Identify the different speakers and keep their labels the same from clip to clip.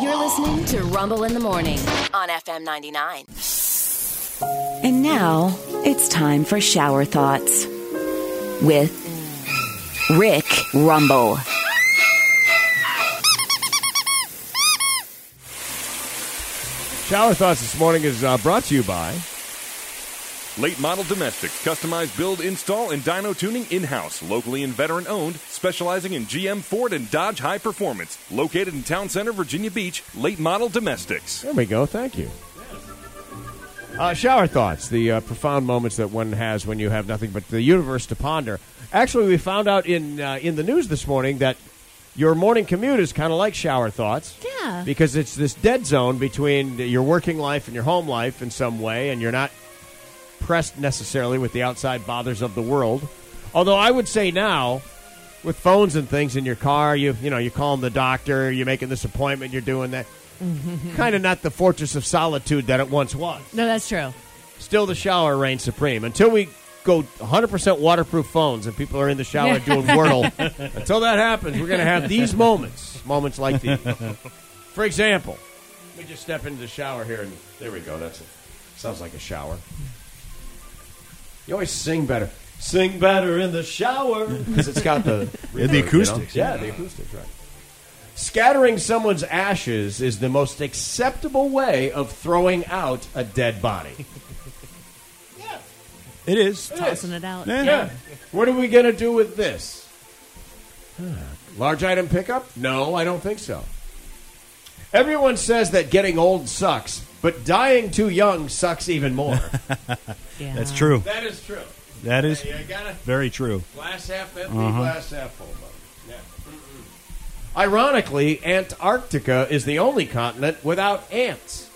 Speaker 1: You're listening to Rumble in the Morning on FM 99.
Speaker 2: And now it's time for shower thoughts with Rick Rumble.
Speaker 3: Shower Thoughts this morning is uh, brought to you by.
Speaker 4: Late model domestics, customized build, install, and dyno tuning in house. Locally and veteran owned, specializing in GM, Ford, and Dodge high performance. Located in Town Center, Virginia Beach, late model domestics.
Speaker 3: There we go. Thank you. Uh, shower thoughts, the uh, profound moments that one has when you have nothing but the universe to ponder. Actually, we found out in uh, in the news this morning that your morning commute is kind of like shower thoughts.
Speaker 5: Yeah.
Speaker 3: Because it's this dead zone between your working life and your home life in some way, and you're not pressed necessarily with the outside bothers of the world. Although I would say now, with phones and things in your car, you you know you're calling the doctor, you're making this appointment, you're doing that. kind of not the fortress of solitude that it once was
Speaker 5: No, that's true.
Speaker 3: still the shower reigns supreme until we go 100% waterproof phones and people are in the shower doing Wordle. until that happens, we're going to have these moments, moments like these. For example, let me just step into the shower here, and there we go. That's it. Sounds like a shower. You always sing better. Sing better in the shower because it's got the
Speaker 6: Yeah, the
Speaker 3: reverb, you know?
Speaker 6: acoustics,
Speaker 3: Yeah, the acoustics, right. Scattering someone's ashes is the most acceptable way of throwing out a dead body.
Speaker 6: It is.
Speaker 5: Tossing it out.
Speaker 6: Yeah.
Speaker 3: Yeah. What are we going to do with this? Large item pickup? No, I don't think so. Everyone says that getting old sucks, but dying too young sucks even more.
Speaker 5: Yeah.
Speaker 6: That's true.
Speaker 3: that is true.
Speaker 6: That is
Speaker 3: You got to
Speaker 6: very true.
Speaker 3: glass half empty, glass half full. buddy. Yeah. Mm-mm. Ironically, Antarctica is the only continent without ants.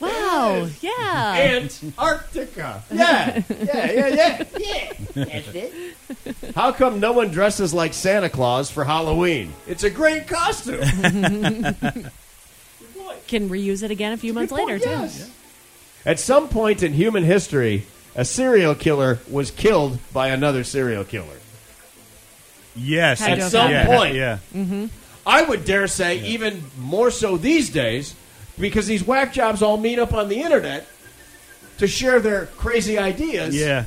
Speaker 5: Wow. Yeah.
Speaker 3: Antarctica. Yeah, yeah, yeah, yeah, yeah. That's it. How come no one dresses like Santa Claus for Halloween? It's a great costume.
Speaker 5: Can reuse it again a few months later, too.
Speaker 3: At some point in human history, a serial killer was killed by another serial killer.
Speaker 6: Yes.
Speaker 5: Had
Speaker 6: it's-
Speaker 5: to have
Speaker 6: yeah,
Speaker 3: been. point.
Speaker 6: Yeah.
Speaker 3: I would dare say even more so these days, because these whack jobs all meet up on the internet to share their crazy ideas.
Speaker 6: Yeah.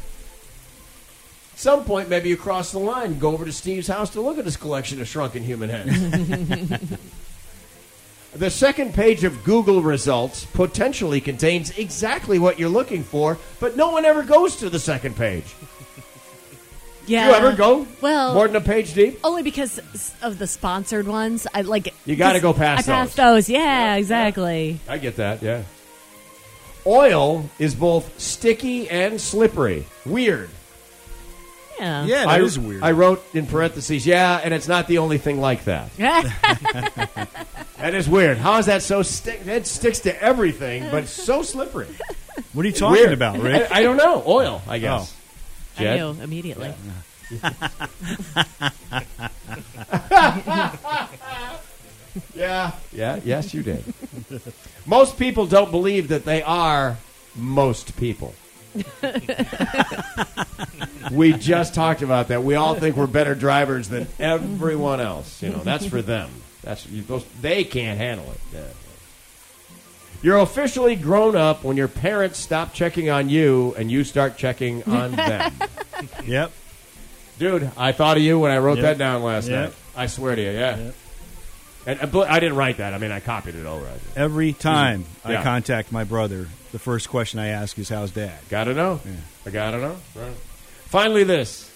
Speaker 3: some point, maybe you cross the line, go over to Steve's house to look at his collection of shrunken human heads. the second page of Google results potentially contains exactly what you're looking for, but no one ever goes to the second page.
Speaker 5: Yeah.
Speaker 3: You ever go
Speaker 5: Well-
Speaker 3: more than a page deep?
Speaker 5: Only because s- of the sponsored ones. I like.
Speaker 3: You gotta go past
Speaker 5: I
Speaker 3: those.
Speaker 5: passed those. Yeah, exactly.
Speaker 3: I get that, yeah. Oil is both sticky and slippery. Weird.
Speaker 5: Yeah.
Speaker 6: Yeah,
Speaker 3: I,
Speaker 6: that is weird.
Speaker 3: I wrote in parentheses, yeah, and it's not the only thing like that. That is weird. How is that so stick? That sticks to everything, but it's so slippery.
Speaker 6: what are you talking
Speaker 3: Weird.
Speaker 6: about, Rick?
Speaker 3: I, I don't know. Oil, I guess.
Speaker 5: Oh. I knew immediately.
Speaker 3: Yeah. Yeah. Yes, you did. most people don't believe that they are most people. we just talked about that. We all think we're better drivers than everyone else. You know, that's for them. That's you, those, they can't handle it. Yeah. You're officially grown up when your parents stop checking on you and you start checking on them.
Speaker 6: Yep.
Speaker 3: Dude, I thought of you when I wrote
Speaker 6: Yep.
Speaker 3: that down last
Speaker 6: Yep.
Speaker 3: night. I swear to you, yeah.
Speaker 6: Yep.
Speaker 3: And I, bl- I didn't write that. I mean, I copied it all right.
Speaker 6: Every time
Speaker 3: Yeah.
Speaker 6: I contact my brother, the first question I ask is, "How's Dad?"
Speaker 3: Gotta know. I gotta know. Finally, this.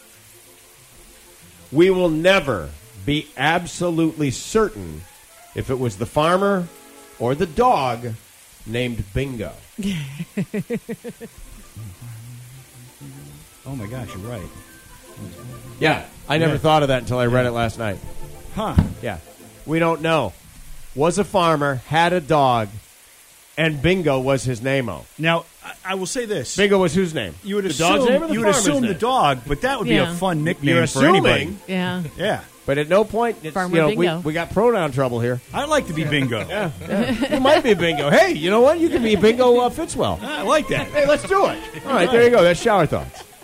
Speaker 3: We will never be absolutely certain if it was the farmer or the dog named Bingo.
Speaker 6: Oh my gosh, you're right.
Speaker 3: Yeah, I never
Speaker 6: Yeah.
Speaker 3: thought of that until I read it last night.
Speaker 6: Huh?
Speaker 3: Yeah. We don't know. Was a farmer, had a dog, and Bingo was his name-o.
Speaker 6: Now, I, I will say this:
Speaker 3: Bingo was whose name?
Speaker 6: you would
Speaker 3: the
Speaker 6: assume
Speaker 3: dog's name or the
Speaker 6: you would
Speaker 3: farmer's
Speaker 6: assume
Speaker 3: name?
Speaker 6: the dog, but that would be
Speaker 5: Yeah.
Speaker 6: a fun nickname
Speaker 3: You're
Speaker 6: for anybody.
Speaker 3: assuming,
Speaker 5: Yeah.
Speaker 6: Yeah,
Speaker 3: but at no point, it's,
Speaker 5: Farmer
Speaker 3: you know, we,
Speaker 5: Bingo.
Speaker 3: we got pronoun trouble here.
Speaker 6: I like to be bingo.
Speaker 3: You might be bingo. Hey, you know what? You could be bingo uh, Fitzwell.
Speaker 6: I like that.
Speaker 3: Hey, let's do it. All right, there you go. That's shower thoughts.